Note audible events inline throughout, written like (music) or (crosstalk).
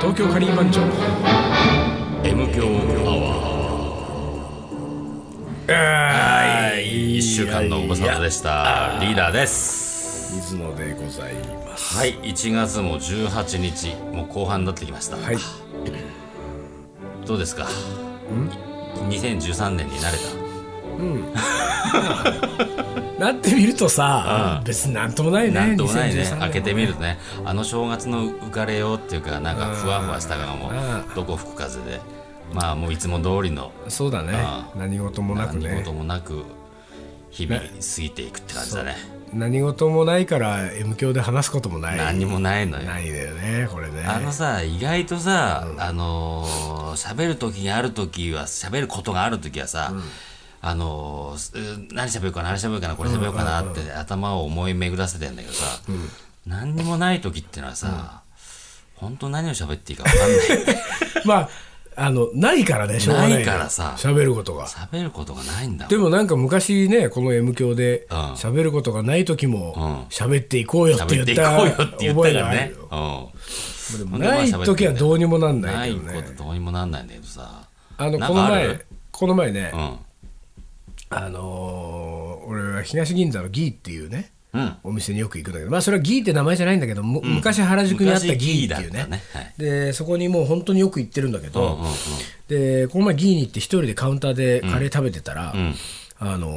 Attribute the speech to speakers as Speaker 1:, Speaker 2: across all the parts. Speaker 1: 東京カリー番長
Speaker 2: M 強アワーはい1週間のご無沙汰でしたリーダーです
Speaker 3: 水野でございます。
Speaker 2: はい1月も18日もう後半になってきました、
Speaker 3: はい。
Speaker 2: どうですか2013年に慣れ
Speaker 3: なってみるとさ、別になんともないね。
Speaker 2: たなんともないね
Speaker 3: 2013年
Speaker 2: 開けてみるとねあの正月の浮かれようっていうかなんかふわふわしたがもうどこ吹く風でまあもういつも通りの
Speaker 3: そうだね
Speaker 2: あ。
Speaker 3: 何事もなく
Speaker 2: 何
Speaker 3: ね
Speaker 2: 事。もなく日々過ぎていくって感じだね
Speaker 3: 何事もないから M 教で話すこともない。
Speaker 2: 何にもないのよ
Speaker 3: ないだよね、これね。
Speaker 2: あのさ意外とさ、あのー喋る時がある時は喋ることがある時はさ、あのーす何喋るかな何喋るかなこれ喋るかなって頭を思い巡らせてんだけどさ、何にもない時ってのはさ、本当何を喋っていいか分かんない
Speaker 3: まあ、あの、ないからね、しょうがない。
Speaker 2: ないからさ
Speaker 3: 喋ることが。
Speaker 2: (laughs) 喋ることがないんだもん
Speaker 3: でもなんか昔ね、この M 教で
Speaker 2: うん
Speaker 3: 喋ることがない時も、喋っていこうよって言っ
Speaker 2: 喋っていこ
Speaker 3: た
Speaker 2: うよって言ったか
Speaker 3: 覚
Speaker 2: らね。
Speaker 3: えがあるよ
Speaker 2: うん
Speaker 3: ない時はどうにもなんな
Speaker 2: ないい
Speaker 3: けど
Speaker 2: こ
Speaker 3: ね
Speaker 2: と。どうにもなんないんだけどさ
Speaker 3: あの、
Speaker 2: な
Speaker 3: こ
Speaker 2: ん
Speaker 3: の
Speaker 2: かあ
Speaker 3: 前
Speaker 2: る、
Speaker 3: この前ね、
Speaker 2: うん
Speaker 3: あのー俺は東銀座のギーっていうね、
Speaker 2: うん
Speaker 3: お店によく行くんだけど、まあ、それはギーって名前じゃないんだけど、む昔原宿にあったギーっていうね
Speaker 2: 昔ギーだったねはい
Speaker 3: でそこにもう本当によく行ってるんだけど、
Speaker 2: うんうん
Speaker 3: でこの前ギーに行って一人でカウンターでカレー食べてたら、
Speaker 2: ん
Speaker 3: あのー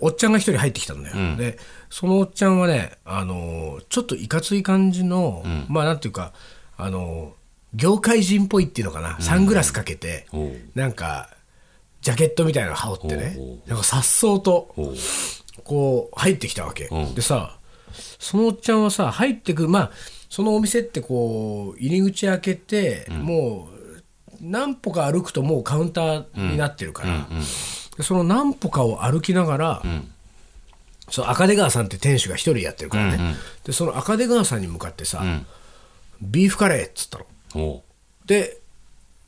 Speaker 3: おっちゃんが一人入ってきたんだよ、
Speaker 2: ん
Speaker 3: でそのおっちゃんはね、あのーちょっといかつい感じの、まあなんていうか、あのー業界人っぽいっていうのかな、サングラスかけて、
Speaker 2: おう
Speaker 3: なんかジャケットみたいなの羽織ってね
Speaker 2: おうおう
Speaker 3: なんかさっそうと
Speaker 2: おう
Speaker 3: こう入ってきたわけ、
Speaker 2: うん
Speaker 3: でさそのおっちゃんはさ入ってくまあそのお店ってこう入り口開けて、もう何歩か歩くともうカウンターになってるから、でその何歩かを歩きながら、その赤出川さんって店主が一人やってるからね、
Speaker 2: うんうん
Speaker 3: でその赤出川さんに向かってさ、
Speaker 2: ん
Speaker 3: ビーフカレーっつったの。
Speaker 2: おう
Speaker 3: で、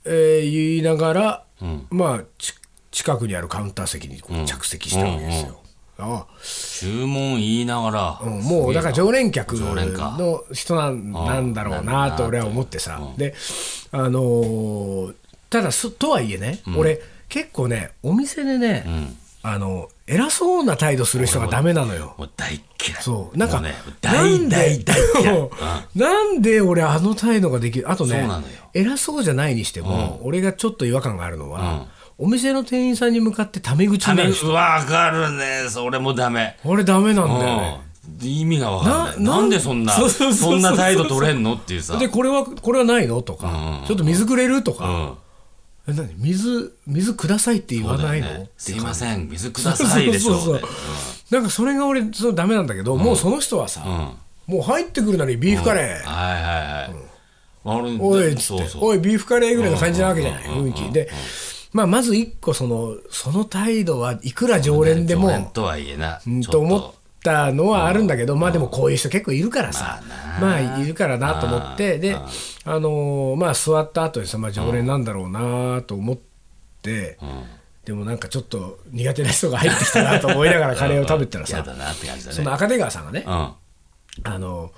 Speaker 3: えー言いながら、
Speaker 2: ん
Speaker 3: まあち近くにあるカウンター席にこう着席したわけですよ。あ
Speaker 2: 注文言いながら、
Speaker 3: あうんもうだから常連客
Speaker 2: 常連か
Speaker 3: の人なんなんだろうなと俺は思ってさ、で、あのーただす、とはいえね、俺、結構ね、お店でね、あの偉そうな態度する人がダメなのよ。
Speaker 2: もう大っ嫌い
Speaker 3: そうなんか、
Speaker 2: もね
Speaker 3: な
Speaker 2: 大
Speaker 3: んで
Speaker 2: 大大嫌い、うん
Speaker 3: もうなんで俺あの態度ができるあと
Speaker 2: そう
Speaker 3: ね
Speaker 2: なのよ
Speaker 3: 偉そうじゃないにしても、俺がちょっと違和感があるのは、お店の店員さんに向かってタメ口
Speaker 2: ダ
Speaker 3: にな
Speaker 2: メ
Speaker 3: る人
Speaker 2: わかるねそれもダメ、
Speaker 3: 俺ダメなんだよね
Speaker 2: うん、意味がわかんない
Speaker 3: な
Speaker 2: なんでそんな
Speaker 3: そうそうそうそう
Speaker 2: そんな態度取れんのっていうさ
Speaker 3: でこれはこれはないのとか、
Speaker 2: うん
Speaker 3: ちょっと水くれると
Speaker 2: う
Speaker 3: か、
Speaker 2: ん
Speaker 3: え何水水くださいって言
Speaker 2: そ
Speaker 3: わ
Speaker 2: うだよ
Speaker 3: ないの、
Speaker 2: ね、すいません水くださいでしょ
Speaker 3: そうそうそうなんかそれが俺そのダメなんだけど、もうその人はさ、
Speaker 2: うんうんはい
Speaker 3: もう入ってくるなりビーフカレー、
Speaker 2: はいはい、俺
Speaker 3: おいっつっ
Speaker 2: そう
Speaker 3: て
Speaker 2: そう
Speaker 3: おいビーフカレーぐらいの感じなわけじゃない
Speaker 2: うんうんうん
Speaker 3: 雰
Speaker 2: うん
Speaker 3: 囲気で、まあ、まず一個そのその態度はいくら常連でも、
Speaker 2: 常連とはいえな
Speaker 3: うん
Speaker 2: ちょっ
Speaker 3: と思ったのはあるんだけど、まあでもこういう人結構いるからさ、まあ、いるからなと思って、で、あのーまあ座った後にさ、まあ常連なんだろうなと思って、でもなんかちょっと苦手な人が入ってきたなと思いながらカレーを食べてた
Speaker 2: (laughs)
Speaker 3: ら
Speaker 2: 嫌
Speaker 3: さ
Speaker 2: だ、なって感じだね
Speaker 3: その赤出川さんがね、あの、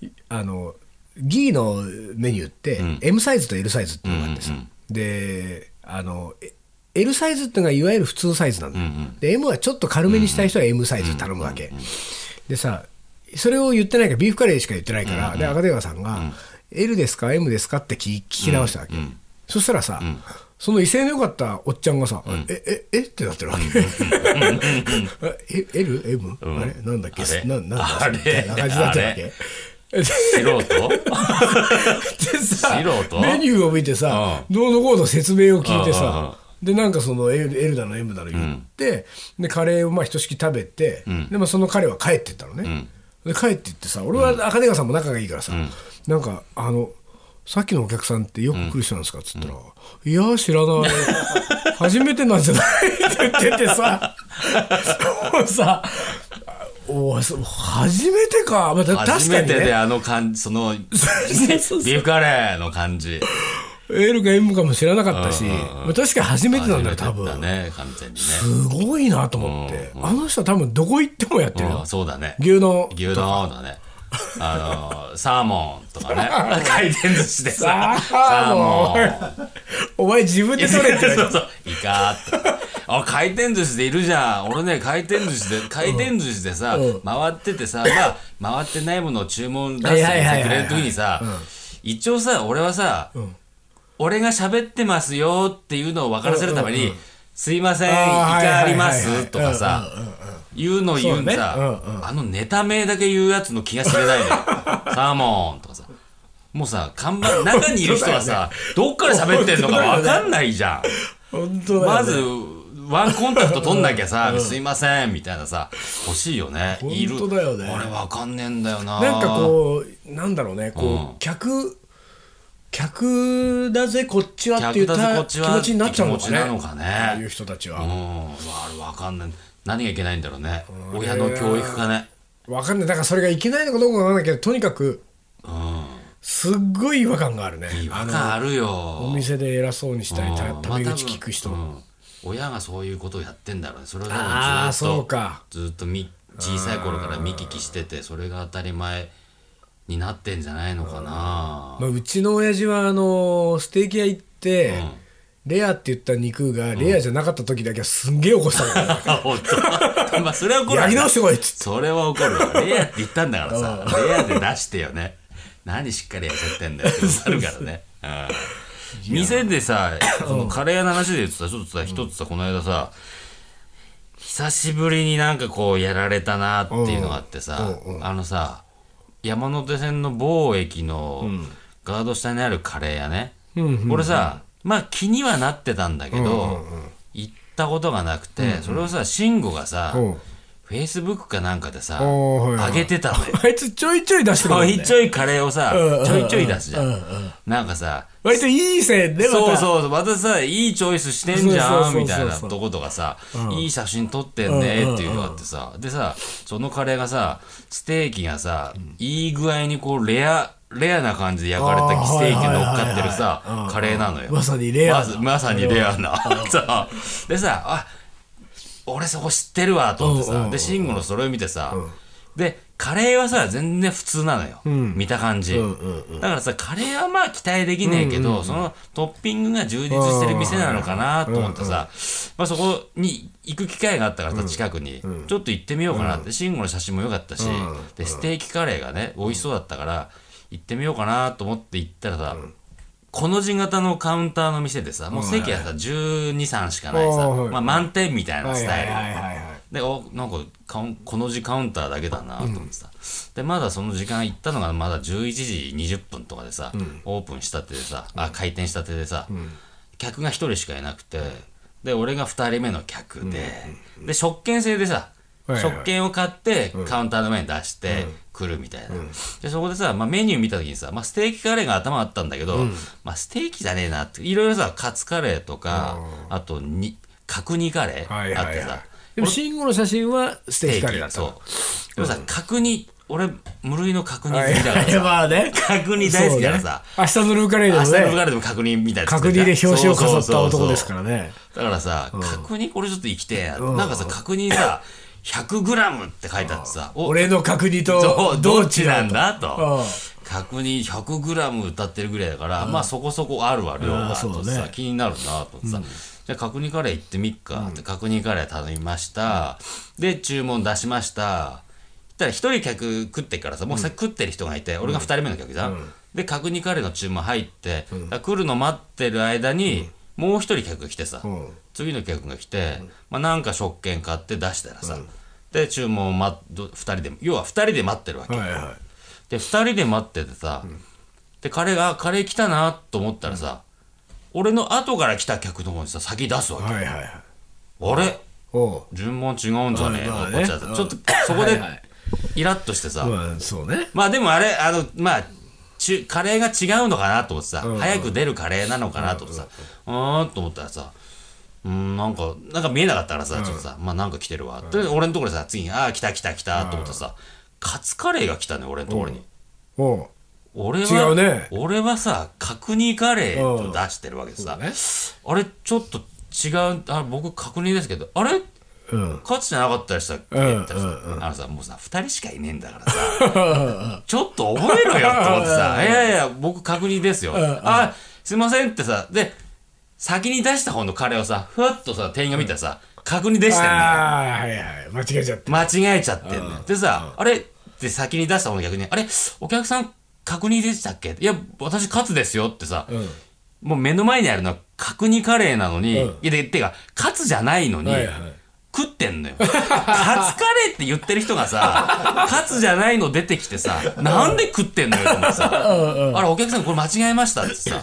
Speaker 3: いあの、ギーのメニューって、M サイズと L サイズっていうのがあってさ、で、あの、え L サイズっていうのがいわゆる普通サイズなんだよ、で、M はちょっと軽めにしたい人は M サイズ頼むわけ。でさ、それを言ってないから、ビーフカレーしか言ってないから、で、赤出川さんが、L ですか ?M ですかって聞聞き直したわけ。そしたらさ、その威勢の良かったおっちゃんがさ、え、え、えってなってるわけ。 (laughs) え、L? M? あれなんだっけ
Speaker 2: あれ
Speaker 3: ななんだ
Speaker 2: あれ
Speaker 3: みたいな感じになってるわ
Speaker 2: あれ
Speaker 3: け。 (laughs)
Speaker 2: うん素人
Speaker 3: でさ
Speaker 2: 素人
Speaker 3: メニューを見てさ、どうのこうの説明を聞いて
Speaker 2: うんうんうん
Speaker 3: さ、で、なんかその L, L だの M だの言って、で、カレーをまあひとしき食べて、で、まあその彼は帰ってったのね。で、帰ってってさ、俺は赤出川さんも仲がいいからさ、なんか、あの、さっきのお客さんってよく来る人なんですかっつったら、いや、知らない。初めてなんじゃないって言ってて
Speaker 2: (laughs)
Speaker 3: さ、もうさ、おいそう初めてか。まあ、た確
Speaker 2: 初
Speaker 3: か
Speaker 2: め
Speaker 3: にね
Speaker 2: てであの感じそのビーフカレーの感じ
Speaker 3: L か M かも知らなかったし、
Speaker 2: うんうんうん
Speaker 3: まあ確かに初めてなんだよ、多
Speaker 2: 初めてだ
Speaker 3: 分。
Speaker 2: ね完全にね
Speaker 3: すごいなと思って。あの人は多分どこ行ってもやってる
Speaker 2: う
Speaker 3: よ
Speaker 2: ん。そうだね
Speaker 3: 牛丼。
Speaker 2: 牛丼だねあの、サーモンと
Speaker 3: (laughs)
Speaker 2: かね、回転寿司でさ、
Speaker 3: サーモン
Speaker 2: サーモ
Speaker 3: お前自分で取れって言われた
Speaker 2: そうそう、イカーって。あ、回転寿司でいるじゃん。俺ね、回転寿司で、回転寿司でさ、回っててさ、まあ、回ってないものを注文出して
Speaker 3: はいはいはいはい
Speaker 2: くれるときにさ、一応さ、俺はさ、俺が喋ってますよっていうのを分からせるため
Speaker 3: うん
Speaker 2: に、すいません、イ
Speaker 3: あーはいはい
Speaker 2: カ
Speaker 3: はい
Speaker 2: あ
Speaker 3: はい
Speaker 2: りますとかさ、言うの言うんでさ、
Speaker 3: そうねうんう
Speaker 2: あのネタ名だけ言うやつの気が知れないの
Speaker 3: (laughs)
Speaker 2: よ。サーモンとかさ。もうさ、看板、中にいる人はさ、どっから喋ってんの
Speaker 3: (laughs)
Speaker 2: かわかんないじゃん。
Speaker 3: 本当だよね
Speaker 2: まず、ワンコンタクト取んなきゃさ、すいません、みたいなさ、欲しいよね。いる。
Speaker 3: 本当だよね
Speaker 2: 俺わかんねえんだよな。
Speaker 3: なんかこうなんだろうねこう、
Speaker 2: うん
Speaker 3: 客客だぜこっちはっていう
Speaker 2: 客だぜ
Speaker 3: た
Speaker 2: こっ
Speaker 3: 気
Speaker 2: ちは
Speaker 3: 持ちになっちゃうの
Speaker 2: って
Speaker 3: か
Speaker 2: 気持
Speaker 3: ね
Speaker 2: ちなのかね
Speaker 3: ああいう人たち
Speaker 2: う
Speaker 3: は、
Speaker 2: ん、うわあれわかんない。何がいけないんだろうね。
Speaker 3: れ
Speaker 2: 親の教育かね。
Speaker 3: わかんないだからそれがいけないのかどうかわかんないけどとにかく
Speaker 2: うん。
Speaker 3: すっごい違和感があるね
Speaker 2: 違和感あるよ。
Speaker 3: お店で偉そうにしたりた
Speaker 2: うん
Speaker 3: タメ口聞く人、
Speaker 2: まあ多分うん親がそういうことをやってんだろうねそれを多分ず
Speaker 3: ああ
Speaker 2: ーっ
Speaker 3: そう
Speaker 2: と
Speaker 3: か
Speaker 2: ずーっとみ小さい頃から見聞きしててそれが当たり前になってんじゃないのかな
Speaker 3: まあ、うちの親父はあのステーキ屋行って、レアって言った肉がレアじゃなかった時だけはすんげえ怒した (laughs) から、ね
Speaker 2: あ本当 (laughs) まあそれは怒るわ
Speaker 3: やり直してこいっつって
Speaker 2: それは怒るわレアって言ったんだからさレアで出してよね何しっかりやっちゃってんだよってなるからね、うん、店でさそのカレー屋の話で言ってたちょっとさ一つさこの間さ久しぶりになんかこうやられたなっていうのがあってさ、
Speaker 3: うんうん
Speaker 2: あのさ山手線の某駅のガード下にあるカレー屋ね、
Speaker 3: うんうんうん
Speaker 2: 俺さまあ気にはなってたんだけど、行ったことがなくて、それをさ慎吾がさ、
Speaker 3: うん
Speaker 2: フェイスブックかなんかでさ、
Speaker 3: おーはいはい
Speaker 2: 上げてたのよ。
Speaker 3: あいつちょいちょい出してくるもん
Speaker 2: ちょ
Speaker 3: ね
Speaker 2: いちょいカレーをさ
Speaker 3: うんうんう、ん
Speaker 2: ちょいちょい出すじゃ
Speaker 3: うんうんん。
Speaker 2: なんかさ、
Speaker 3: 割といい線でまた
Speaker 2: そうそうそう、またさ、いいチョイスしてんじ
Speaker 3: そうそうそう
Speaker 2: ゃん、
Speaker 3: そう
Speaker 2: みたいなとことかさ、いい写真撮ってんねっていうのがあってさ、でさ、そのカレーがさ、ステーキがさ、いい具合にこう、レア、レアな感じで焼かれたステーキが乗っかって
Speaker 3: あーはいはいはい
Speaker 2: る
Speaker 3: は
Speaker 2: さ
Speaker 3: い、
Speaker 2: カレーなのよ。
Speaker 3: まさにレアな
Speaker 2: まずまさにレアな。 (laughs) さ、でさ、あ、俺そこ知ってるわと思って
Speaker 3: うんうんう
Speaker 2: さ
Speaker 3: ん
Speaker 2: で慎吾のそれを見てさでカレーはさ全然普通なのよ、見た感じ、だからさカレーはまあ期待できねえけど、そのトッピングが充実してる店なのかなと思ってさ、まあ、そこに行く機会があったからさ近くに、ちょっと行ってみようかなって慎吾の写真も良かったし、でステーキカレーがね美味しそうだったから行ってみようかなと思って行ったらさ、この字型のカウンターの店でさ、もう席はさ、12、3しかないさ、
Speaker 3: はい
Speaker 2: まあ満点みたいな
Speaker 3: はい
Speaker 2: ス
Speaker 3: は
Speaker 2: タイ
Speaker 3: い
Speaker 2: ル。
Speaker 3: はいはいはい
Speaker 2: で、お、なんかカウン、この字カウンターだけだなと思ってさ、で、まだその時間行ったのがまだ11時20分とかでさ、オープンしたてでさ、あ、開店したてでさ、客が1人しかいなくて、で、俺が2人目の客で、で、食券制でさ、
Speaker 3: はいはい
Speaker 2: 食券を買って、カウンターの前に出して、来るみたいな。で、そこでさ、まあ、メニュー見た時にさ、まあ、ステーキカレーが頭あったんだけど、まあ、ステーキじゃねえなって、いろいろさ、カツカレーとか、あとに、角煮カレ
Speaker 3: はい
Speaker 2: ーあっ
Speaker 3: はい
Speaker 2: て
Speaker 3: はい
Speaker 2: さ、
Speaker 3: でも慎吾の写真はステーキカレーだったの
Speaker 2: そうでもさ角煮俺無類の角煮好
Speaker 3: は
Speaker 2: き
Speaker 3: い
Speaker 2: だから
Speaker 3: (laughs) はい
Speaker 2: さ
Speaker 3: まあね
Speaker 2: 角煮大好きだからさ、
Speaker 3: そうね明日のルーカレーで
Speaker 2: 明
Speaker 3: も
Speaker 2: 日のル
Speaker 3: ね
Speaker 2: ガレでも角煮みたいな
Speaker 3: 角煮で表紙を飾った男です
Speaker 2: ら
Speaker 3: からね
Speaker 2: だからさ角煮これちょっと生きてえななんかさ角煮さ 100g って書いてあってさお
Speaker 3: 俺の角煮
Speaker 2: ど
Speaker 3: と
Speaker 2: うど
Speaker 3: ど
Speaker 2: っ
Speaker 3: っ
Speaker 2: ち
Speaker 3: ち
Speaker 2: な
Speaker 3: なんんだ
Speaker 2: だと
Speaker 3: うん
Speaker 2: 角煮 100g 歌ってるぐらいだから、まあそこそこあるわ量
Speaker 3: あ
Speaker 2: が
Speaker 3: ー
Speaker 2: と
Speaker 3: そうね
Speaker 2: 思ってさ、気になるなと思ってさ、じゃあ角煮カレー行ってみっかって角煮カレー頼みました、で注文出しましたそしたら一人客食ってっからさもうさ、食ってる人がいて俺が二人目の客じゃん、で角煮カレーの注文入って、だから来るの待ってる間に、もう一人客が来てさ、
Speaker 3: うん
Speaker 2: 次の客が来て、まあ、なんか食券買って出したらさ、で注文を待っ2人で要は2人で待ってるわけ、
Speaker 3: はいは
Speaker 2: で2人で待っててさ、で彼が「カレー来たな」と思ったらさ、俺の後から来た客の方にさ先出すわ
Speaker 3: い
Speaker 2: け、
Speaker 3: はいはい
Speaker 2: あれ
Speaker 3: お
Speaker 2: 順番違うんじゃねえの、
Speaker 3: まあまあね
Speaker 2: こっちだとちょっとそこ
Speaker 3: は
Speaker 2: で
Speaker 3: いはい
Speaker 2: イラッとしてさ、
Speaker 3: うまあそうね
Speaker 2: まあでもあれ、あの、まあ、ちゅカレーが違うのかなと思ってさ、早く出るカレーなのかなと思ってさ、うーんと思ったらさ、うーん、なんか、なんか見えなかったからさ、ちょっとさ、まあなんか来てるわ。で、俺のところでさ、次に、ああ、来た来た来たと思ってさ、カツカレーが来たね、俺のところに。
Speaker 3: おう
Speaker 2: 俺
Speaker 3: 違
Speaker 2: は、
Speaker 3: うね
Speaker 2: 俺はさ、角煮カレーを出してるわけでさ、
Speaker 3: ね
Speaker 2: あれ、ちょっと違う、あ僕、角煮ですけど、あれうん、カツじゃなかったでしたっけ?」って言ったらさ、あのさもうさ2人しかいねえんだから
Speaker 3: (laughs)
Speaker 2: さちょっと覚えろよって思ってさ「いやいや僕確認ですよ」あすいません」ってさで先に出した方のカレーをさふわっとさ店員が見たらさ、確認でしたよね
Speaker 3: ああ、はいはい。間違えちゃって。
Speaker 2: 間違えちゃってんだよ。でさ、あれって先に出した方の逆に、あれお客さん確認でしたっけいや、私カツですよってさ、もう目の前にあるのは角煮カレーなのに、いや、でてか、カツじゃないのに、
Speaker 3: はいはい
Speaker 2: 食ってんのよ。カツカレーって言ってる人が
Speaker 3: (laughs)
Speaker 2: さ、カツじゃないの出てきてさ、なんで食ってんのよと思ってさ、あれお客さんこれ間違えましたってさ、だ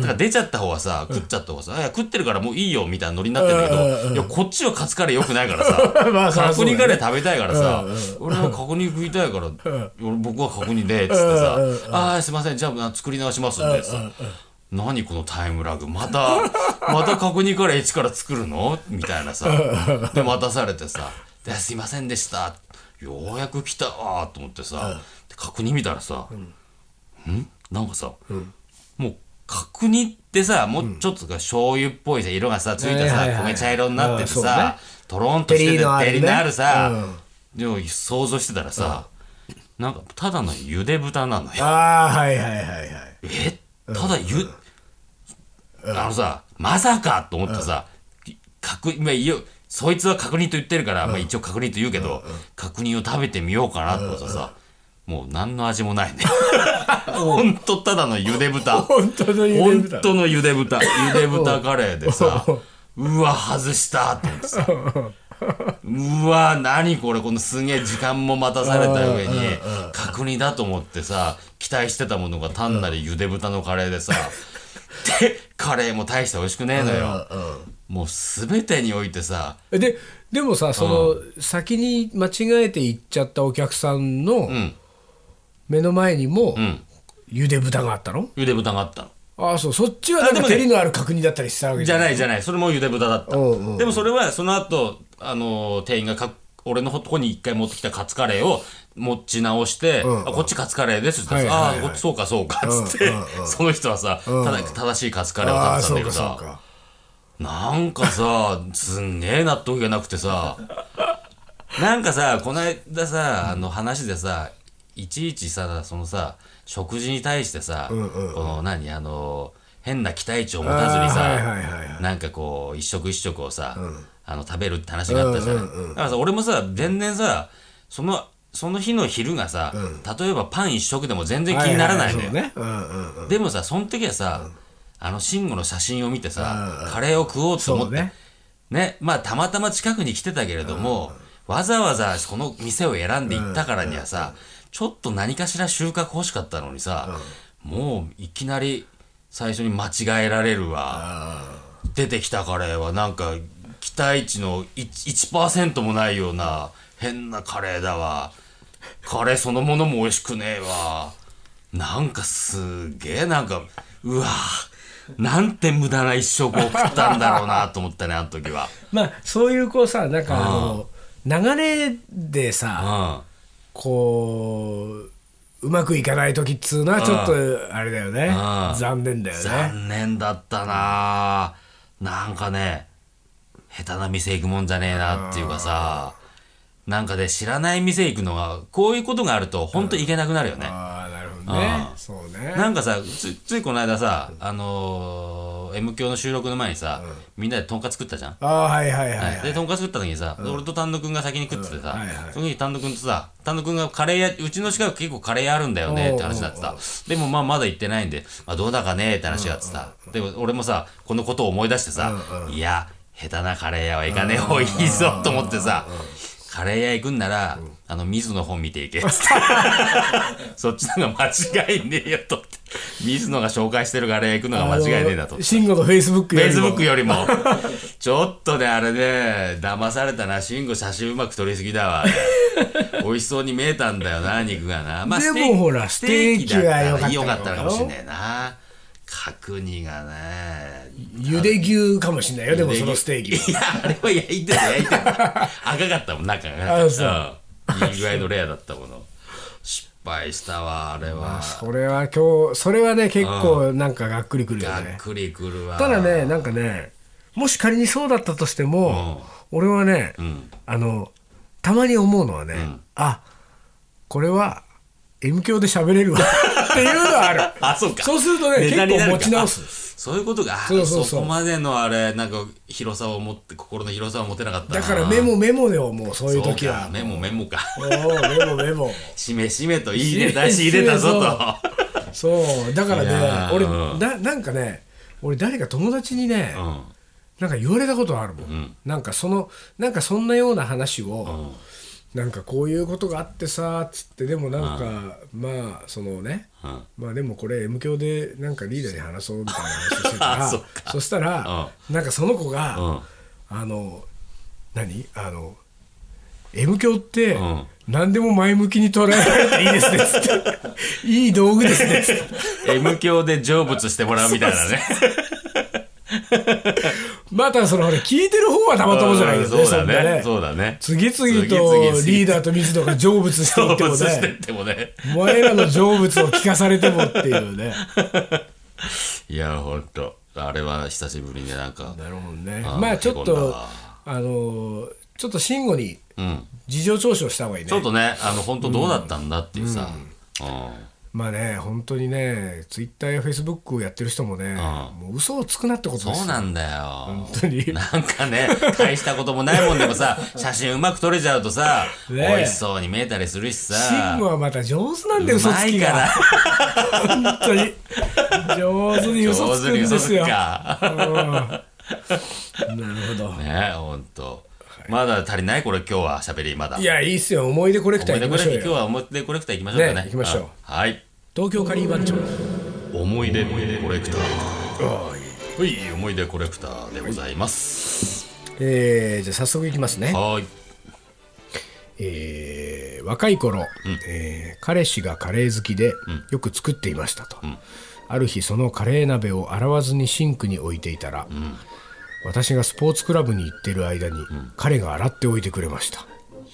Speaker 2: から出ちゃった方はさ、食っちゃった方はさ、いや食ってるからもういいよみたいなノリになってんだけ
Speaker 3: うんうん
Speaker 2: ど、いや、こっちはカツカレー良くないからさ、
Speaker 3: (laughs) まあそりゃそうだ
Speaker 2: 角煮
Speaker 3: よね
Speaker 2: カレー食べたいからさ、俺は角煮食いたいから、俺僕は角煮で、つってさ、ああ、すいません、じゃあ作り直しますんで、つってさ何このタイムラグまた (laughs) また角煮から一から作るのみたいなさで待たされてさ「ですいませんでした」ようやく来たわと思ってさで角煮見たらさ、んなんかさ、もう角煮ってさもうちょっとさ醤油っぽいさ色がさついてさ、
Speaker 3: はいはいはい
Speaker 2: 米茶色になってて
Speaker 3: うんそう
Speaker 2: さ
Speaker 3: ね、
Speaker 2: とろんとして
Speaker 3: 照り
Speaker 2: て
Speaker 3: のあるね
Speaker 2: 照りのあるさ、でも想像してたらさ、なんかただのゆで豚なのよ。
Speaker 3: ああ、はいはいはいはい。
Speaker 2: えただゆ、あのさまさかと思ってさ、確認まあいいよそいつは確認と言ってるから、まあ、一応確認と言うけど、確認を食べてみようかなと思ってさ、もう何の味
Speaker 3: (laughs)
Speaker 2: もないねほんとただのゆで豚
Speaker 3: 本当のゆ
Speaker 2: 本
Speaker 3: で豚
Speaker 2: 当のゆで豚ゆで豚カレー
Speaker 3: (laughs)
Speaker 2: でさうわ外したと思ってさうわ何これこのすげえ時間も待たされた上に角煮だと思ってさ期待してたものが単なるゆで豚のカレーでさでカレーも大して美味しくねえのよもう全てにおいてさ
Speaker 3: ででもさその、先に間違えて行っちゃったお客さんの
Speaker 2: ん
Speaker 3: 目の前にも、
Speaker 2: ん
Speaker 3: ゆで豚があったの
Speaker 2: ゆで豚があったの
Speaker 3: ああそうそっちはなん
Speaker 2: あで
Speaker 3: か
Speaker 2: もね
Speaker 3: 照りのある角煮だったりしたわけ
Speaker 2: じゃ
Speaker 3: い
Speaker 2: ないじゃないそれもゆで豚だった
Speaker 3: おうおう
Speaker 2: でもそれはその後あのー店員がか俺のとこに一回持ってきたカツカレーを持ち直して
Speaker 3: ん
Speaker 2: 「
Speaker 3: うん
Speaker 2: あこっちカツカレーです」って言ったら
Speaker 3: はい
Speaker 2: あ
Speaker 3: はい
Speaker 2: あ
Speaker 3: はい
Speaker 2: こっちそうかそうか」っつって、 (laughs) その人はさ、ただ正しいカツカレー
Speaker 3: あ
Speaker 2: を
Speaker 3: あ
Speaker 2: 食
Speaker 3: そ
Speaker 2: べ
Speaker 3: うかそ
Speaker 2: たんだけど
Speaker 3: う
Speaker 2: さ
Speaker 3: か
Speaker 2: なんかさすんげえ納得がなくてさなんかさこの間さあの話でさいちいちさそのさ食事に対してさ、この何あの変な期待値を持たずにさ、
Speaker 3: あーはいはいはいはい
Speaker 2: なんかこう一食一食をさ、あの食べるって話があったじゃない、だからさ俺もさ全然さそのその日の昼がさ、例えばパン一食でも全然気にならないのよ、
Speaker 3: はははそうねうんうんうん
Speaker 2: でもさその時はさ、あの慎吾の写真を見てさ、カレーを食おうと思っ
Speaker 3: そう
Speaker 2: てね
Speaker 3: ね
Speaker 2: まあたまたま近くに来てたけれども、わざわざこの店を選んで行ったからにはさ、ちょっと何かしら収穫欲しかったのにさ、もういきなり最初に間違えられるわ、出てきたカレーはなんか期待値の 1%, 1%もないような変なカレーだわカレーそのものも美味しくねえわなんかすげえなんかうわなんて無駄な一食を食ったんだろうなと思ったねあの時は
Speaker 3: まあそういうこうさなんかあの流れでさ
Speaker 2: う
Speaker 3: こううまくいかない時っつうのはちょっとあれだよね
Speaker 2: うん
Speaker 3: 残念だ
Speaker 2: ん
Speaker 3: よね
Speaker 2: 残念だったななんかね下手な店行くもんじゃねえなっていうかさなんかで知らない店行くのがこういうことがあると本当行けなくなるよね
Speaker 3: ああなるほどねそうね
Speaker 2: なんかさつついこの間さあのー M 響の収録の前にさみんなでとんかつ食ったじゃん
Speaker 3: ああはいはいはいはい
Speaker 2: で、とんかつ食った時にさ、俺と丹野くんが先に食っててさ、
Speaker 3: うんはいはい
Speaker 2: その時に丹野くんとさ、丹野くんがカレー屋、うちの近く結構カレー屋あるんだよねって話になってさ、でもまあまだ行ってないんで、まあどうだかねって話があってさ、でも俺もさ、このことを思い出してさ、いや、下手なカレー屋は行かねえ方がいいぞと思ってさ、カレー屋行くんなら、あの、水野の本見ていけっつって。そっちのが間違いねえよと思って。水野が紹介してるカレー屋行くのが間違いねえなと。
Speaker 3: 慎吾のフェイスブック
Speaker 2: フェイスブックよりも。ちょっとね、あれね、騙されたな。慎吾写真うまく撮りすぎだわ。美味しそうに見えたんだよな、肉がな。ま
Speaker 3: でも
Speaker 2: ステーキ
Speaker 3: ほら
Speaker 2: ステーキだったら
Speaker 3: ステーキ
Speaker 2: 良
Speaker 3: は良
Speaker 2: か
Speaker 3: か
Speaker 2: っ
Speaker 3: ったた
Speaker 2: か
Speaker 3: のよ
Speaker 2: もしれないな。角煮がね。
Speaker 3: ゆで牛かもしれないよでもそのステーキ
Speaker 2: いや、あれは焼いてた、焼いてた。赤かったもん、中が。
Speaker 3: あそ
Speaker 2: うんいい具合のレアだったもの。失敗したわ、あれは。
Speaker 3: それは今日それはね結構なんかがっくりくるよ
Speaker 2: がっ
Speaker 3: ね
Speaker 2: くりくるわ。
Speaker 3: ただねなんかねもし仮にそうだったとしても、俺はね、
Speaker 2: ん
Speaker 3: あのたまに思うのはね、あこれは M 教で喋
Speaker 2: (laughs)
Speaker 3: れるわっていうのはある
Speaker 2: あそうか
Speaker 3: そうするとね
Speaker 2: ネ
Speaker 3: 結
Speaker 2: タにな
Speaker 3: 構
Speaker 2: る
Speaker 3: 持
Speaker 2: か
Speaker 3: ち直す
Speaker 2: あそういうことがあ
Speaker 3: そうそうそう
Speaker 2: そこまでのあれなんか広さを持って心の広さを持てなかったな
Speaker 3: だからメモメモよもうそういう時
Speaker 2: そう
Speaker 3: は
Speaker 2: かメモメモか
Speaker 3: おーメモメモ
Speaker 2: しめしめといい
Speaker 3: (laughs)
Speaker 2: ネタ仕入れたぞ
Speaker 3: そうだから
Speaker 2: いや
Speaker 3: ね
Speaker 2: ー
Speaker 3: 俺
Speaker 2: うん
Speaker 3: ななんかね俺誰か友達にね、
Speaker 2: とうん
Speaker 3: なんか言われたことあるもん、
Speaker 2: ん
Speaker 3: なんかそのなんかそんなような話を、
Speaker 2: うん
Speaker 3: なんかこういうことがあってさつってでもなんか、まあそのね
Speaker 2: うん
Speaker 3: まあでもこれ M 教でなんかリーダーに話そうみたいな話をしてた
Speaker 2: (laughs) あ
Speaker 3: ら
Speaker 2: そっ
Speaker 3: そしたら、なんかその子が、
Speaker 2: うん
Speaker 3: あの何あの M 教って、
Speaker 2: ん
Speaker 3: 何でも前向きに捉えられていいですねつ
Speaker 2: (laughs)
Speaker 3: っていい道具ですねつって
Speaker 2: M 教で成仏してもらうみたいなね
Speaker 3: またそのほら聞いてる方はたまたまじゃないですね
Speaker 2: うんそう
Speaker 3: そんな
Speaker 2: だ
Speaker 3: ね
Speaker 2: ねそうだね
Speaker 3: 次々
Speaker 2: 次
Speaker 3: と
Speaker 2: 々
Speaker 3: リーダーと水野が成仏してい
Speaker 2: 成
Speaker 3: って
Speaker 2: (laughs)
Speaker 3: も
Speaker 2: 仏してっ
Speaker 3: ね
Speaker 2: てもね
Speaker 3: お前らの成仏を聞かされてもっていうね
Speaker 2: いやほんとあれは久しぶりで (laughs) なんか
Speaker 3: なるほどね
Speaker 2: あー
Speaker 3: まあちょっ
Speaker 2: へこんだ
Speaker 3: と
Speaker 2: わ
Speaker 3: あのーちょっと慎吾に
Speaker 2: うん
Speaker 3: 事情聴取をした方がいいね
Speaker 2: ちょっとねあの本当どうだったんだっていうさ
Speaker 3: まあね本当にねツイッターやフェイスブックをやってる人もねもう嘘をつくなってこと
Speaker 2: うん
Speaker 3: です
Speaker 2: そうなんだよ
Speaker 3: 本当に
Speaker 2: なんかね、大したこともないもんでもさ、写真うまく撮れちゃうとさ、
Speaker 3: ねえ
Speaker 2: 美味しそうに見えたりするし
Speaker 3: 慎
Speaker 2: さ
Speaker 3: 吾、はまた上手なんだよ
Speaker 2: う
Speaker 3: 嘘
Speaker 2: ま
Speaker 3: つき
Speaker 2: い
Speaker 3: が
Speaker 2: から、
Speaker 3: 本当に上手に (laughs) 嘘つくんですよ
Speaker 2: 上手に嘘つくか
Speaker 3: うんなるほど
Speaker 2: ねえ、ほんと。まだ足りないこれ今日は喋りまだ。
Speaker 3: いやいいっすよ思い出コレクタ
Speaker 2: 思
Speaker 3: ー
Speaker 2: い
Speaker 3: 行き
Speaker 2: 出コ
Speaker 3: ま
Speaker 2: レ
Speaker 3: し
Speaker 2: ク
Speaker 3: ょうよ
Speaker 2: ター、今日は思い出コレクター行きましょうかね。
Speaker 3: ね行きましょう
Speaker 2: あはい。
Speaker 3: 東京カリー番長
Speaker 2: 思い出コレクター。はい、思い出コレクターでございます。
Speaker 3: えーじゃあ早速いきますね、
Speaker 2: はい。
Speaker 3: えー若い頃、えー彼氏がカレー好きでよく作っていましたと、ある日そのカレー鍋を洗わずにシンクに置いていたら、私がスポーツクラブに行ってる間に、彼が洗っておいてくれました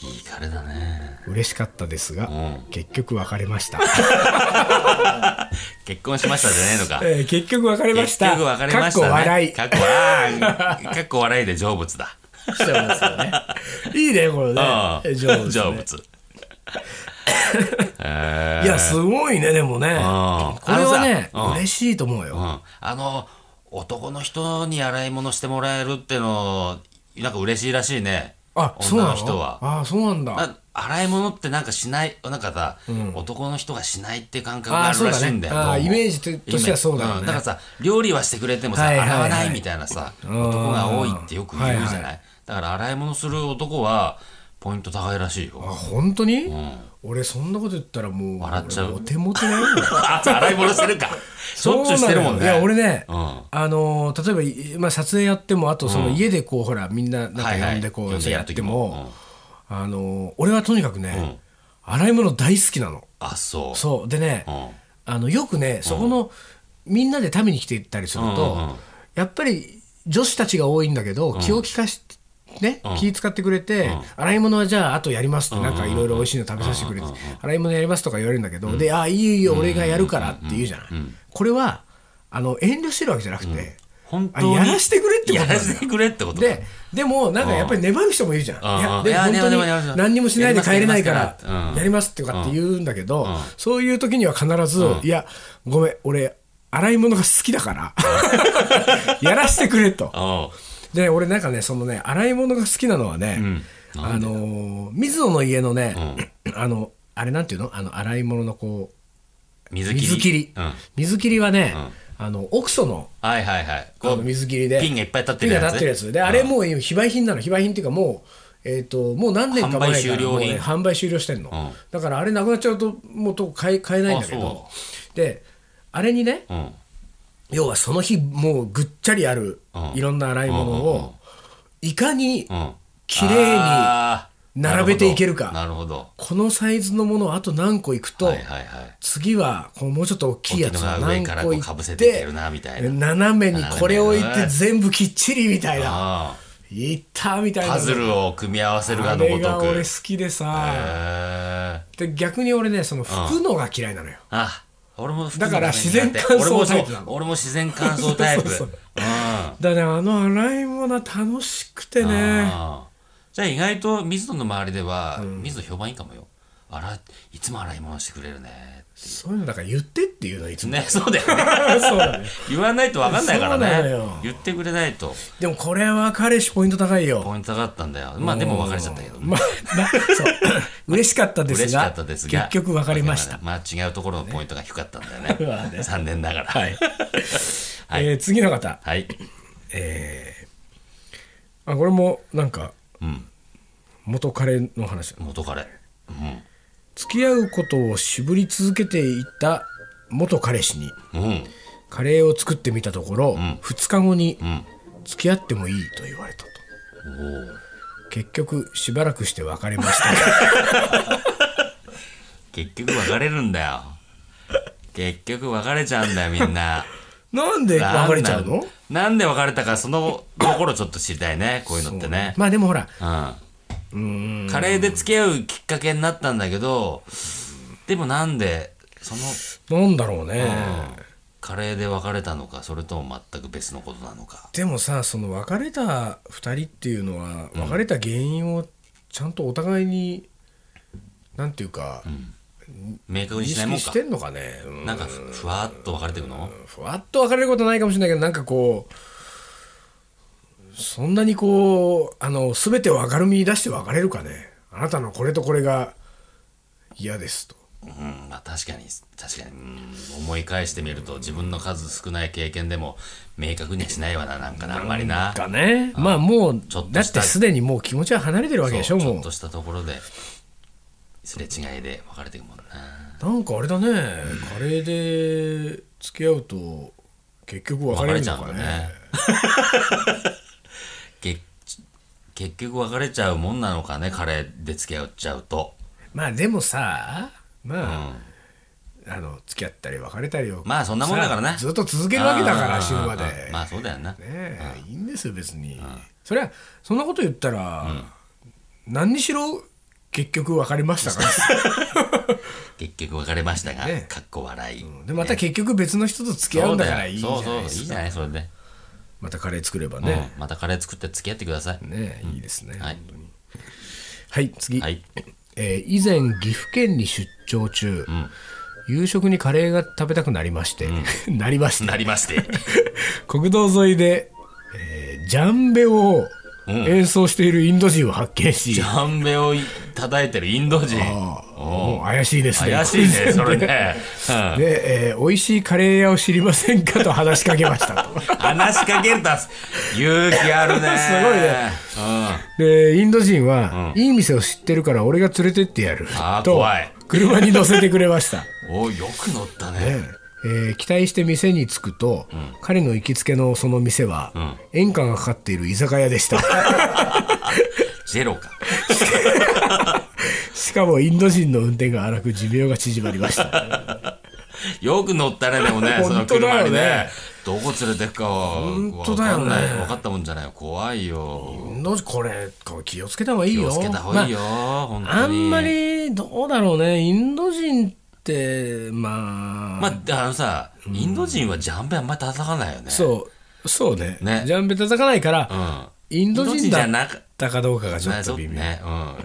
Speaker 2: いい彼だね。
Speaker 3: 嬉しかったですが、
Speaker 2: う
Speaker 3: 結局別れま
Speaker 2: (laughs)
Speaker 3: した、
Speaker 2: 結婚しましたじゃねえのか。
Speaker 3: えー結局別れまし
Speaker 2: 結
Speaker 3: た
Speaker 2: 局別れました
Speaker 3: か
Speaker 2: ね。
Speaker 3: っこ笑い
Speaker 2: かっこあーかっこ笑いで成仏だ。
Speaker 3: してますよね (laughs) いいねこれ
Speaker 2: う
Speaker 3: ね
Speaker 2: ん
Speaker 3: 上手ね
Speaker 2: 成仏。え
Speaker 3: (laughs)
Speaker 2: ー
Speaker 3: いや、すごいね、でもね。
Speaker 2: ん
Speaker 3: これはね、
Speaker 2: あのさうん
Speaker 3: 嬉しいと思う
Speaker 2: う
Speaker 3: よ。
Speaker 2: ん、あの男の人に洗い物してもらえるってのなんか嬉しいらしいね
Speaker 3: あ、そうな
Speaker 2: 女の
Speaker 3: の
Speaker 2: 人は
Speaker 3: あ、そうなんだ。
Speaker 2: な洗い物ってなんかしないなんかさ、男の人がしないって感覚が
Speaker 3: あ
Speaker 2: あ
Speaker 3: ー
Speaker 2: るらしいんだよ
Speaker 3: そうだね
Speaker 2: どうも
Speaker 3: あーイメージととしてはそうだよね
Speaker 2: イメージんだからさ料理はしてくれてもさ、
Speaker 3: はいはいはい
Speaker 2: 洗わないみたいなさ男が多いってよく言うじゃない、
Speaker 3: はいは
Speaker 2: だから洗い物する男はポイント高いらしい
Speaker 3: あ、
Speaker 2: よ
Speaker 3: 本当に俺、そんなこと言ったらもう、
Speaker 2: 笑っちゃう
Speaker 3: 俺モテモテなのよ
Speaker 2: (laughs) あ洗い物してるか (laughs) しょっちゅうしてるもん
Speaker 3: そうなのよい
Speaker 2: ね
Speaker 3: や、俺ね、
Speaker 2: うん
Speaker 3: あのー、例えば、まあ、撮影やっても、あと、その、家でこう、ほら、みんな、なんか
Speaker 2: はいはい
Speaker 3: 呼んでこ
Speaker 2: 呼ん
Speaker 3: う、
Speaker 2: で
Speaker 3: や
Speaker 2: や
Speaker 3: っ
Speaker 2: る
Speaker 3: て
Speaker 2: 時も
Speaker 3: も、あのー、俺はとにかくね、洗い物大好きなの。
Speaker 2: あそう
Speaker 3: そう。でね、
Speaker 2: うん
Speaker 3: あのよくね、そこのみんなで食べに来てたりすると、
Speaker 2: うんうんうん
Speaker 3: やっぱり女子たちが多いんだけど、気を利かし、ね、気使ってくれて、洗い物はじゃあ、あとやりますって、なんかいろいろ美味しいの食べさせてくれて、洗い物やりますとか言われるんだけど、で、ああ、いいよいいよ、俺がやるからって言うじゃない。これはあの遠慮してるわけじゃなくて、
Speaker 2: 本
Speaker 3: あ
Speaker 2: 当に
Speaker 3: やらしてくれってこと
Speaker 2: や
Speaker 3: なんだ
Speaker 2: ら
Speaker 3: よ
Speaker 2: せてくれってことだ
Speaker 3: ででも、なんかやっぱり粘る人もいるじゃん、
Speaker 2: うん
Speaker 3: いや
Speaker 2: うん
Speaker 3: で
Speaker 2: いや
Speaker 3: 本当
Speaker 2: でもでもや
Speaker 3: に
Speaker 2: る
Speaker 3: 何にもしないで帰れないから
Speaker 2: やりますやりますから、うん
Speaker 3: やりますとかって言うんだけど、そういう時には必ず、いや、ごめん、俺、洗い物が好きだから、 (laughs) やらせてくれと。
Speaker 2: おう
Speaker 3: で、俺、なんかね、そのね、洗い物が好きなのはね、あのー水野の家のね、あの、あれなんていうのあの、洗い物のこう、
Speaker 2: 水切り
Speaker 3: 水切り。
Speaker 2: うん
Speaker 3: 水切りはね、あの、奥祖の、
Speaker 2: はいはいはい
Speaker 3: あの水切りで
Speaker 2: ピンがいっぱい立って
Speaker 3: ピン
Speaker 2: る
Speaker 3: が
Speaker 2: やつ
Speaker 3: 立ってるやつであれもう今非売品なの非売品っていうかもうえっ、ともう何年か前から
Speaker 2: 販売終了品
Speaker 3: もうね販売終了してんの、
Speaker 2: ん
Speaker 3: だからあれなくなっちゃうともうと買い買えないんだけ
Speaker 2: あ
Speaker 3: ど
Speaker 2: そ
Speaker 3: であれにね
Speaker 2: うん
Speaker 3: 要はその日もうぐっちゃりある
Speaker 2: うん
Speaker 3: いろんな洗い物
Speaker 2: うんうんうん
Speaker 3: をいかに
Speaker 2: うん
Speaker 3: 綺麗に
Speaker 2: あー
Speaker 3: 並べていけるか
Speaker 2: なるほど
Speaker 3: このサイズのものをあと何個いくと、
Speaker 2: なるほどはいはいはい
Speaker 3: 次はこうもうちょっと大きいやつを
Speaker 2: 大きいのが
Speaker 3: 何
Speaker 2: 上から
Speaker 3: 個
Speaker 2: こ
Speaker 3: いう
Speaker 2: 被
Speaker 3: っ
Speaker 2: せ
Speaker 3: て
Speaker 2: ていけるなみたいな
Speaker 3: 斜めにこれを置いて全部きっちりみたいな
Speaker 2: あ
Speaker 3: いったみたい
Speaker 2: ー
Speaker 3: な
Speaker 2: パズルを組み合わせるが
Speaker 3: あ
Speaker 2: の
Speaker 3: れ
Speaker 2: ご
Speaker 3: が
Speaker 2: とく
Speaker 3: 俺
Speaker 2: へ
Speaker 3: 好きでさ、
Speaker 2: ー
Speaker 3: で逆に俺ねその服のが嫌いなのよ、
Speaker 2: あ俺も服
Speaker 3: だから
Speaker 2: の中に入って
Speaker 3: 自然乾燥タイプなの
Speaker 2: 俺もそう俺も自然乾燥タイプ
Speaker 3: そうそう
Speaker 2: うん
Speaker 3: だからねあの洗い物は楽しくてね
Speaker 2: あーじゃあ意外と水野の周りでは、水野評判いいかもよ。あら、いつも洗い物してくれるね。
Speaker 3: そういうのだから言ってっていうのはいつも、
Speaker 2: ね、そうだよ
Speaker 3: (laughs)
Speaker 2: ね。
Speaker 3: そうだね
Speaker 2: 言わないと分かんないから
Speaker 3: そうなの
Speaker 2: ね
Speaker 3: よ。
Speaker 2: 言ってくれないと。
Speaker 3: でもこれは彼氏ポイント高いよ
Speaker 2: ポイントがあったんだよ。まあでも別れちゃったけどね。
Speaker 3: まあな (laughs) そう嬉しかったです
Speaker 2: 嬉しか
Speaker 3: が
Speaker 2: ったです
Speaker 3: 結
Speaker 2: が。
Speaker 3: 局別れました、
Speaker 2: まあ違うところのポイントが低かったんだよね。
Speaker 3: (laughs) まあね
Speaker 2: 残念ながら。
Speaker 3: はい
Speaker 2: はい
Speaker 3: えー次の方
Speaker 2: はい。
Speaker 3: えーあこれもなんか
Speaker 2: うん。
Speaker 3: 元彼の話
Speaker 2: 元彼。う
Speaker 3: 付き合うことを渋り続けていた元彼氏に
Speaker 2: ん。うん。
Speaker 3: カレーを作ってみたところ、2日後に
Speaker 2: うん。
Speaker 3: 付き合ってもいいと言われたと
Speaker 2: おお。
Speaker 3: 結局しばらくして別れました
Speaker 2: 結局別れるんだよ。結局別れちゃうんだよ、み
Speaker 3: (laughs)
Speaker 2: んな。
Speaker 3: (laughs) なんで別れちゃう
Speaker 2: なん
Speaker 3: の
Speaker 2: だなんで別れたか、その心ちょっと知りたいね、こういうのってね。
Speaker 3: まあでもほら
Speaker 2: うん。カレーで付き合うきっかけになったんだけど、でもなんで、その、
Speaker 3: なんだろうね、
Speaker 2: カレーで別れたのか、それとも全く別のことなのか。
Speaker 3: でもさその別れた2人っていうのは別れた原因をちゃんとお互いに、なんていうか、
Speaker 2: 明確
Speaker 3: 認
Speaker 2: にしないも
Speaker 3: 識し
Speaker 2: んか
Speaker 3: て。んのかね、うん
Speaker 2: なんかふ、ふわっと別れていくの
Speaker 3: ふわっと別れることないかもしれないけどなんかこうそんなにこうあの全てを明るみに出して別れるかねあなたのこれとこれが嫌ですと
Speaker 2: うん、まあ確かに、確かに、うん、思い返してみると、自分の数少ない経験でも、明確にはしないわな、なんかな、あんまりな。
Speaker 3: だねまあもう
Speaker 2: ちょっ
Speaker 3: だ
Speaker 2: と
Speaker 3: っ
Speaker 2: した
Speaker 3: てすでにもう気持ちは離れてるわけでしょ
Speaker 2: そうち
Speaker 3: も
Speaker 2: ょっ
Speaker 3: う
Speaker 2: としたところで、すれ違いで別れていくもんな。
Speaker 3: なんかあれだねカレーで付き合うと結局別
Speaker 2: 別
Speaker 3: れ
Speaker 2: れ
Speaker 3: る
Speaker 2: ちゃ
Speaker 3: の
Speaker 2: うん
Speaker 3: か
Speaker 2: だ
Speaker 3: ね (laughs)
Speaker 2: ね。結結局別れちゃうもんなのかね、カレーで付き合っちゃうと。
Speaker 3: まあでもさ
Speaker 2: う
Speaker 3: まあ、
Speaker 2: ん。
Speaker 3: あの付き合ったり別れたりを
Speaker 2: まあそんなもんだからね
Speaker 3: さずっと続けるわけだか
Speaker 2: う
Speaker 3: ら
Speaker 2: ん
Speaker 3: 死ぬまで、
Speaker 2: うんまあそうだよな。
Speaker 3: ねえいいんですよ別に、それはそんなこと言ったら、何にしろ結局別れました
Speaker 2: (laughs)
Speaker 3: から、
Speaker 2: 結局別れましたが
Speaker 3: ね、
Speaker 2: かっこ笑い。
Speaker 3: でまた結局別の人と付き合うんだからいいじゃ
Speaker 2: そう
Speaker 3: な
Speaker 2: そう
Speaker 3: い
Speaker 2: い
Speaker 3: で
Speaker 2: い
Speaker 3: す
Speaker 2: じ
Speaker 3: か
Speaker 2: ゃないそれで、
Speaker 3: またカレー作ればね、
Speaker 2: うんまたカレー作って付き合ってください、
Speaker 3: ねえいいですね、
Speaker 2: はい
Speaker 3: 本当にはい次、
Speaker 2: はい (laughs)
Speaker 3: えー以前岐阜県に出張中、夕食にカレーが食べたくなりまして、 (laughs) なりまして
Speaker 2: なりまして
Speaker 3: 国道沿いで、えージャンベを演奏しているインド人を発見し、
Speaker 2: ジャンベを叩いてるインド人
Speaker 3: もう怪しいですね
Speaker 2: 怪しいねそれね、
Speaker 3: (laughs)
Speaker 2: うん
Speaker 3: で、えー美味しいカレー屋を知りませんかと話しかけました
Speaker 2: (laughs)
Speaker 3: と
Speaker 2: 話しかけるた勇気あるね
Speaker 3: (laughs) すごいねでインド人は、いい店を知ってるから俺が連れてってやる
Speaker 2: あー
Speaker 3: と
Speaker 2: 怖い
Speaker 3: 車に乗せてくれました、
Speaker 2: うん、およく乗ったね
Speaker 3: えー期待して店に着くと、彼の行きつけのその店は、演歌がかかっている居酒屋でした
Speaker 2: (laughs) ゼロか
Speaker 3: しかもインド人の運転が荒く寿命が縮まりました
Speaker 2: (laughs) よく乗ったねでもねその
Speaker 3: (laughs) 本当だ
Speaker 2: 車
Speaker 3: よね
Speaker 2: にねどこ連れてくかは
Speaker 3: 当だよね
Speaker 2: 分かんない分かったもんじゃないよ怖いよ
Speaker 3: インド人これこれ気をつけた方がいい
Speaker 2: 気
Speaker 3: よ
Speaker 2: をつけた方がいいよ、
Speaker 3: まあ
Speaker 2: 本当に
Speaker 3: あんまりどうだろうねインド人ってまあ
Speaker 2: まあ、あのさ、インド人はジャンベあんまり叩かないよね。う。
Speaker 3: そう、そうね。
Speaker 2: ね
Speaker 3: ジャンベ叩かないから、
Speaker 2: うん。
Speaker 3: インド
Speaker 2: インド
Speaker 3: 人
Speaker 2: 人じ
Speaker 3: だ
Speaker 2: ゃ
Speaker 3: っ
Speaker 2: なく、
Speaker 3: たかどうかがちょ
Speaker 2: ね
Speaker 3: っ
Speaker 2: そ
Speaker 3: と
Speaker 2: う
Speaker 3: 微妙。
Speaker 2: ね。うん。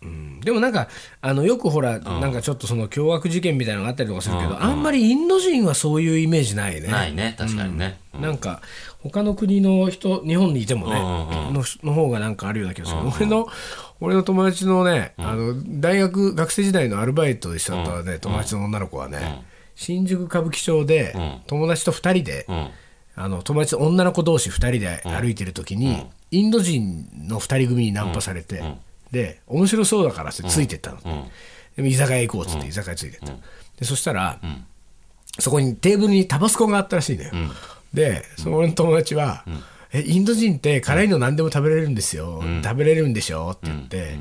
Speaker 3: うんでもなんか、あのよくほら、なんかちょっとその凶悪事件みたいなのがあったりとかするけど、あんまりインド人はそういうイメージないね。
Speaker 2: ないね、確かにね。うん
Speaker 3: なんか他の国の人日本にいてもね、
Speaker 2: うん
Speaker 3: のの方がなんかあるような気がする、俺の俺の友達のね、あの大学学生時代のアルバイト一緒だったね、友達の女の子はね、新宿歌舞伎町で、
Speaker 2: ん
Speaker 3: 友達と2人で、
Speaker 2: うん
Speaker 3: あの友達と女の子同士2人で歩いてる時に、インド人の2人組にナンパされて、で面白そうだからってついてったの、でも居酒屋行こうっつって居酒屋ついてった、でそしたら、そこにテーブルにタバスコがあったらしいのよ、でその俺の友達は、えインド人って辛いの何でも食べれるんですよ、食べれるんでしょって言って、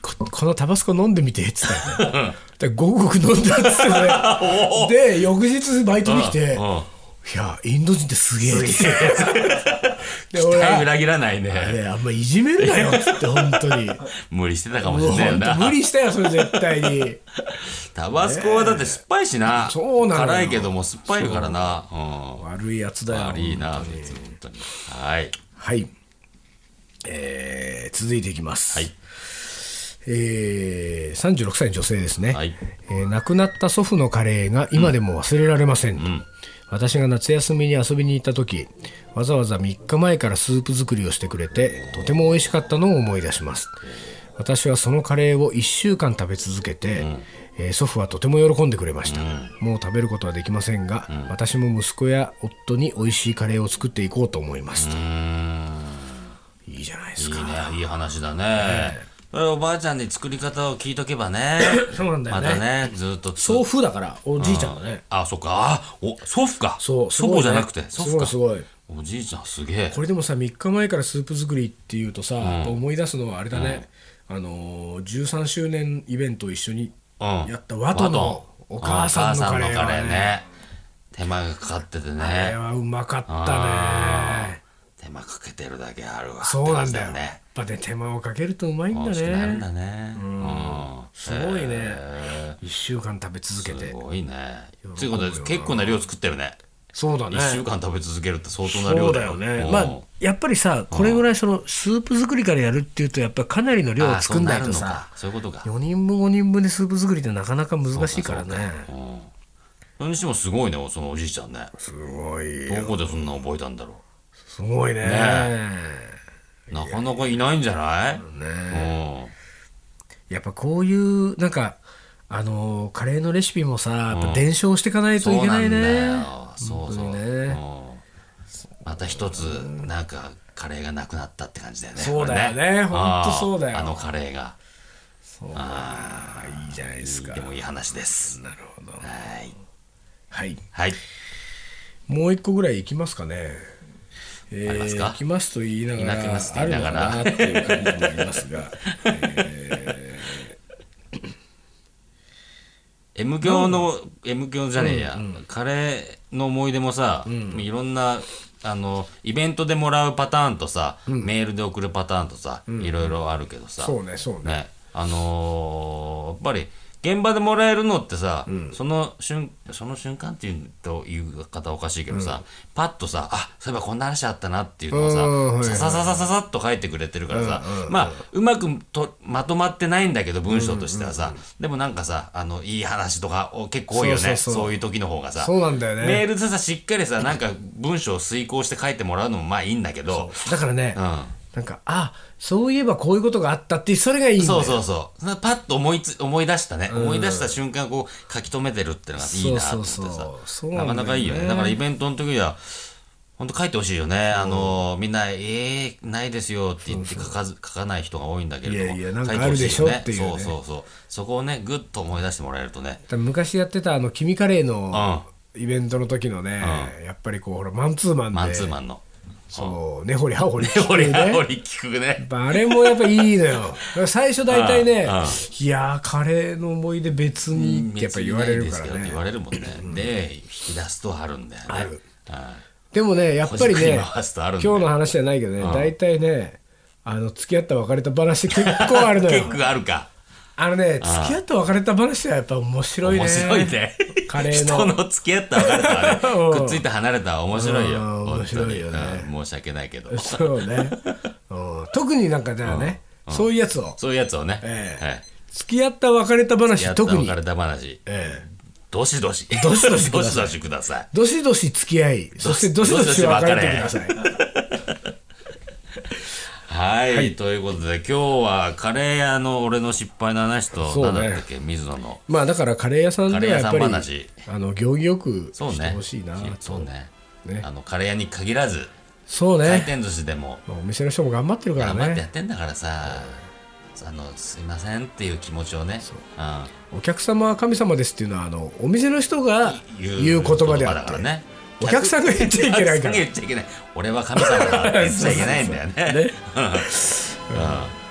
Speaker 3: ここのタバスコ飲んでみてって言ったのでごくごく飲 (laughs) んだっつってねで翌日バイトに来て、
Speaker 2: うん
Speaker 3: いや、インド人ってすげえって (laughs) で、
Speaker 2: 期
Speaker 3: 俺
Speaker 2: 待
Speaker 3: は、
Speaker 2: 裏切らない
Speaker 3: あ
Speaker 2: ね。
Speaker 3: れ、あんまいじめるなよっつって、本当に。
Speaker 2: 無理してたかもし
Speaker 3: もう
Speaker 2: れないよ
Speaker 3: 本当
Speaker 2: な。
Speaker 3: (laughs) 無理したよ、それ絶対に。
Speaker 2: (laughs) タバスコはだって酸っぱいしな。
Speaker 3: そうなのよ
Speaker 2: 辛いけども酸っぱいからな。うん。
Speaker 3: 悪いやつだよ。
Speaker 2: 悪いな、別に本当に。はい。
Speaker 3: はい。えー続いていきます。
Speaker 2: はい
Speaker 3: えー36歳の女性ですね、
Speaker 2: はい
Speaker 3: えー亡くなった祖父のカレーが今でも忘れられませんと、私が夏休みに遊びに行った時わざわざ3日前からスープ作りをしてくれてとても美味しかったのを思い出します私はそのカレーを1週間食べ続けて、えー祖父はとても喜んでくれました、もう食べることはできませんが、私も息子や夫に美味しいカレーを作っていこうと思いますと、
Speaker 2: うーん
Speaker 3: いいじゃないです
Speaker 2: い
Speaker 3: か
Speaker 2: いね、いい話だね。これおばあちゃんに作り方を聞いとけばね。
Speaker 3: そうなんだよね
Speaker 2: またね、ずっとつ。
Speaker 3: 祖父だからおじいちゃんだね、
Speaker 2: あ、そっか。あ、お、祖父か。
Speaker 3: そう、す
Speaker 2: 祖
Speaker 3: ごいね
Speaker 2: 母じゃなくて、祖
Speaker 3: すご
Speaker 2: 父
Speaker 3: い
Speaker 2: か。
Speaker 3: すごい。
Speaker 2: おじいちゃんすげえ。
Speaker 3: これでもさ、3日前からスープ作りっていうとさ、やっぱ思い出すのはあれだね、あのー、13周年イベントを一緒に
Speaker 2: うん
Speaker 3: やったワトのお母さんのカレー
Speaker 2: お母さんの
Speaker 3: は
Speaker 2: カレー
Speaker 3: ね、
Speaker 2: ね。手間がかかってて
Speaker 3: あれ
Speaker 2: ね。
Speaker 3: はうまかった
Speaker 2: あ
Speaker 3: ね。
Speaker 2: 手間かけてるだけあるわ。
Speaker 3: そうなんだよ。
Speaker 2: って感じ
Speaker 3: や
Speaker 2: ね
Speaker 3: っ。ぱね、手間をかけるとうまいん
Speaker 2: 美
Speaker 3: だ
Speaker 2: 味しくなるん
Speaker 3: ね。
Speaker 2: だね。うん。
Speaker 3: すごいね
Speaker 2: へ。
Speaker 3: 1週間食べ続け
Speaker 2: す
Speaker 3: て。
Speaker 2: ごいね。ということで、結構な量作ったよね。
Speaker 3: そうだね
Speaker 2: 一。週間食べ続けるって相当な
Speaker 3: そ
Speaker 2: 量
Speaker 3: う
Speaker 2: だ
Speaker 3: だ
Speaker 2: よ
Speaker 3: よね
Speaker 2: う。ん
Speaker 3: まあ、やっぱりさ、これぐらいそのスープ作りからやるっていうと、やっぱりかなりの量を
Speaker 2: あ
Speaker 3: 作んないと
Speaker 2: そうるの
Speaker 3: さ
Speaker 2: か。そういうことか
Speaker 3: 4人分5人分でスープ作りってなかなか難しいからね
Speaker 2: うんそれにしてもすごいねそのおじいちゃんね
Speaker 3: すごい
Speaker 2: どこでそんな覚えたんだろ
Speaker 3: すごいね
Speaker 2: うなかなかいないんじゃない
Speaker 3: やっぱこういうなんかあのーカレーのレシピもさやっぱ伝承していかない
Speaker 2: うん
Speaker 3: とい
Speaker 2: そう
Speaker 3: け
Speaker 2: な
Speaker 3: ない
Speaker 2: んだよ
Speaker 3: ね
Speaker 2: そうそう
Speaker 3: 本当にね
Speaker 2: うんまた一つなんかカレーがなくなったって感じだよね
Speaker 3: そうだよねほんとそうだよ
Speaker 2: あーあのカレーが
Speaker 3: あいいじゃないですか
Speaker 2: でもいい話です
Speaker 3: なるほど
Speaker 2: はい
Speaker 3: はい
Speaker 2: はい
Speaker 3: もう一個ぐらいいきますかねえー
Speaker 2: ありますか
Speaker 3: いきますと言いなが
Speaker 2: いなき
Speaker 3: ら
Speaker 2: ますと
Speaker 3: あ
Speaker 2: 言い
Speaker 3: る
Speaker 2: な
Speaker 3: の
Speaker 2: が
Speaker 3: からなっていう感じになります
Speaker 2: (laughs)
Speaker 3: が
Speaker 2: M 教の、M 教じゃねえや、カレーの思い出もさ、いろんなあのイベントでもらうパターンとさ、メールで送るパターンとさ、いろいろあるけどさ、
Speaker 3: そうねそうね
Speaker 2: ねあのーやっぱり現場でもらえるのってさ、その瞬その瞬間っていうと言う方おかしいけどさ、パッとさあそういえばこんな話あったなっていうのをさ、
Speaker 3: うんはいはい
Speaker 2: ささささささっと書いてくれてるからさ、まあうまくとまとまってないんだけど文章としてはさ、でもなんかさあのいい話とかお結構多いよね
Speaker 3: そ
Speaker 2: そうう
Speaker 3: そうそう
Speaker 2: いう時の方がさ、
Speaker 3: そうなんだよね
Speaker 2: メールでさしっかりさなんか文章を遂行して書いてもらうのもまあいいんだけど
Speaker 3: だからね
Speaker 2: うん
Speaker 3: なんかあそういえばこういうことがあったってそれがいいんだよ
Speaker 2: そうそうそう。なパッと思いつ、思い出したね。思い出した瞬間、こう、書き留めてるってのがいいなと思って
Speaker 3: そうそうそ
Speaker 2: さ。
Speaker 3: うそうなんだよね
Speaker 2: なかなかいいよね。だからイベントの時は、本当書いてほしいよね。あの、みんな、ええないですよって言って書かず、書かない人が多いんだけれども。
Speaker 3: いやいやなんか
Speaker 2: 書てほしよ
Speaker 3: あるでしょっていうね
Speaker 2: そうそうそう。そこをね、ぐっと思い出してもらえるとね。
Speaker 3: だから昔やってたあの君カレーのイベントの時のね、やっぱりこうほらマンツーマンで
Speaker 2: マンツーマンの。
Speaker 3: そう根掘り葉掘り聞く
Speaker 2: 俺
Speaker 3: ね
Speaker 2: が、俺聞くね。
Speaker 3: あれもやっぱいいのよ最初大体ね
Speaker 2: うんうん
Speaker 3: いやーカレーの思い出別にってやっぱ言われるから
Speaker 2: 別にないですけどって
Speaker 3: ね
Speaker 2: 言われるもんね。で、引き出すとあるんだよね。
Speaker 3: ある
Speaker 2: うん。
Speaker 3: でもねやっぱりね
Speaker 2: こじくり回すとある
Speaker 3: 今
Speaker 2: ん
Speaker 3: 日
Speaker 2: だ
Speaker 3: の
Speaker 2: よ
Speaker 3: 話じゃないけどね大体ねあの付き合った別れた話結構あるの
Speaker 2: 結
Speaker 3: よ
Speaker 2: 構あるか。
Speaker 3: あのね付き合った別れた話はやっぱ面白いね
Speaker 2: 面白いね。
Speaker 3: カレーの
Speaker 2: 人の付き合った別れたはね、
Speaker 3: (laughs) うん
Speaker 2: くっついて離れたは面白いよ。
Speaker 3: うん面
Speaker 2: 本当
Speaker 3: 白い
Speaker 2: に。
Speaker 3: よ
Speaker 2: う
Speaker 3: ね
Speaker 2: ん申し訳ないけど。
Speaker 3: そうね、うん、特になんかじゃあね、そういうやつを
Speaker 2: そういうやつをね、
Speaker 3: ええ
Speaker 2: はい
Speaker 3: 付き合った別れた
Speaker 2: や
Speaker 3: 話
Speaker 2: った
Speaker 3: 特に
Speaker 2: 別れた話、
Speaker 3: ええ
Speaker 2: どしどし。
Speaker 3: どしどしくだ
Speaker 2: ど
Speaker 3: さい
Speaker 2: しどしください。
Speaker 3: どしどし付き合いそしてどしどし別れてください
Speaker 2: はい、ということで、今日はカレー屋の俺の失敗の話と、
Speaker 3: そうね
Speaker 2: 何だったっけ、水野の。
Speaker 3: まあだからカレー屋さんではやっぱ
Speaker 2: カレー
Speaker 3: り
Speaker 2: 屋さん話
Speaker 3: あの行儀よく
Speaker 2: そう
Speaker 3: して
Speaker 2: ね。
Speaker 3: ほしいなと
Speaker 2: そうね。
Speaker 3: ね
Speaker 2: あのカレー屋に限らず、
Speaker 3: そう
Speaker 2: 回
Speaker 3: ね
Speaker 2: 転寿司でも、
Speaker 3: まあお店の人も頑張ってるから
Speaker 2: 頑張ってや
Speaker 3: ね
Speaker 2: ってんだからさ、あの、すいませんっていう気持ちをね、うん
Speaker 3: お客様は神様ですっていうのはあのお店の人が言う言葉であ
Speaker 2: だ
Speaker 3: っ
Speaker 2: から
Speaker 3: て、
Speaker 2: ね。
Speaker 3: お客さんが言っちゃいけないから
Speaker 2: お客さんが言っちゃいけない。俺は神様だって言っちゃいけないんだよ
Speaker 3: (laughs)
Speaker 2: ね。 (laughs) うんあ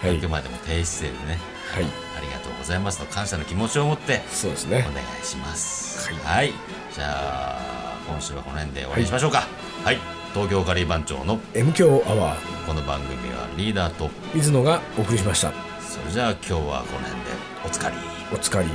Speaker 2: くまでも低姿勢でね、
Speaker 3: はい
Speaker 2: ありがとうございますと感謝の気持ちを持って
Speaker 3: そうです
Speaker 2: お
Speaker 3: ね
Speaker 2: 願いします。
Speaker 3: はい
Speaker 2: はい。じゃあ、今週はこの辺で終わりにしましょうか。はい。東京カリー番長の
Speaker 3: M 強アワー
Speaker 2: この番組はリーダーと、
Speaker 3: 水野がお送りしました
Speaker 2: それじゃあ今日はこの辺でおつかり。
Speaker 3: お疲れ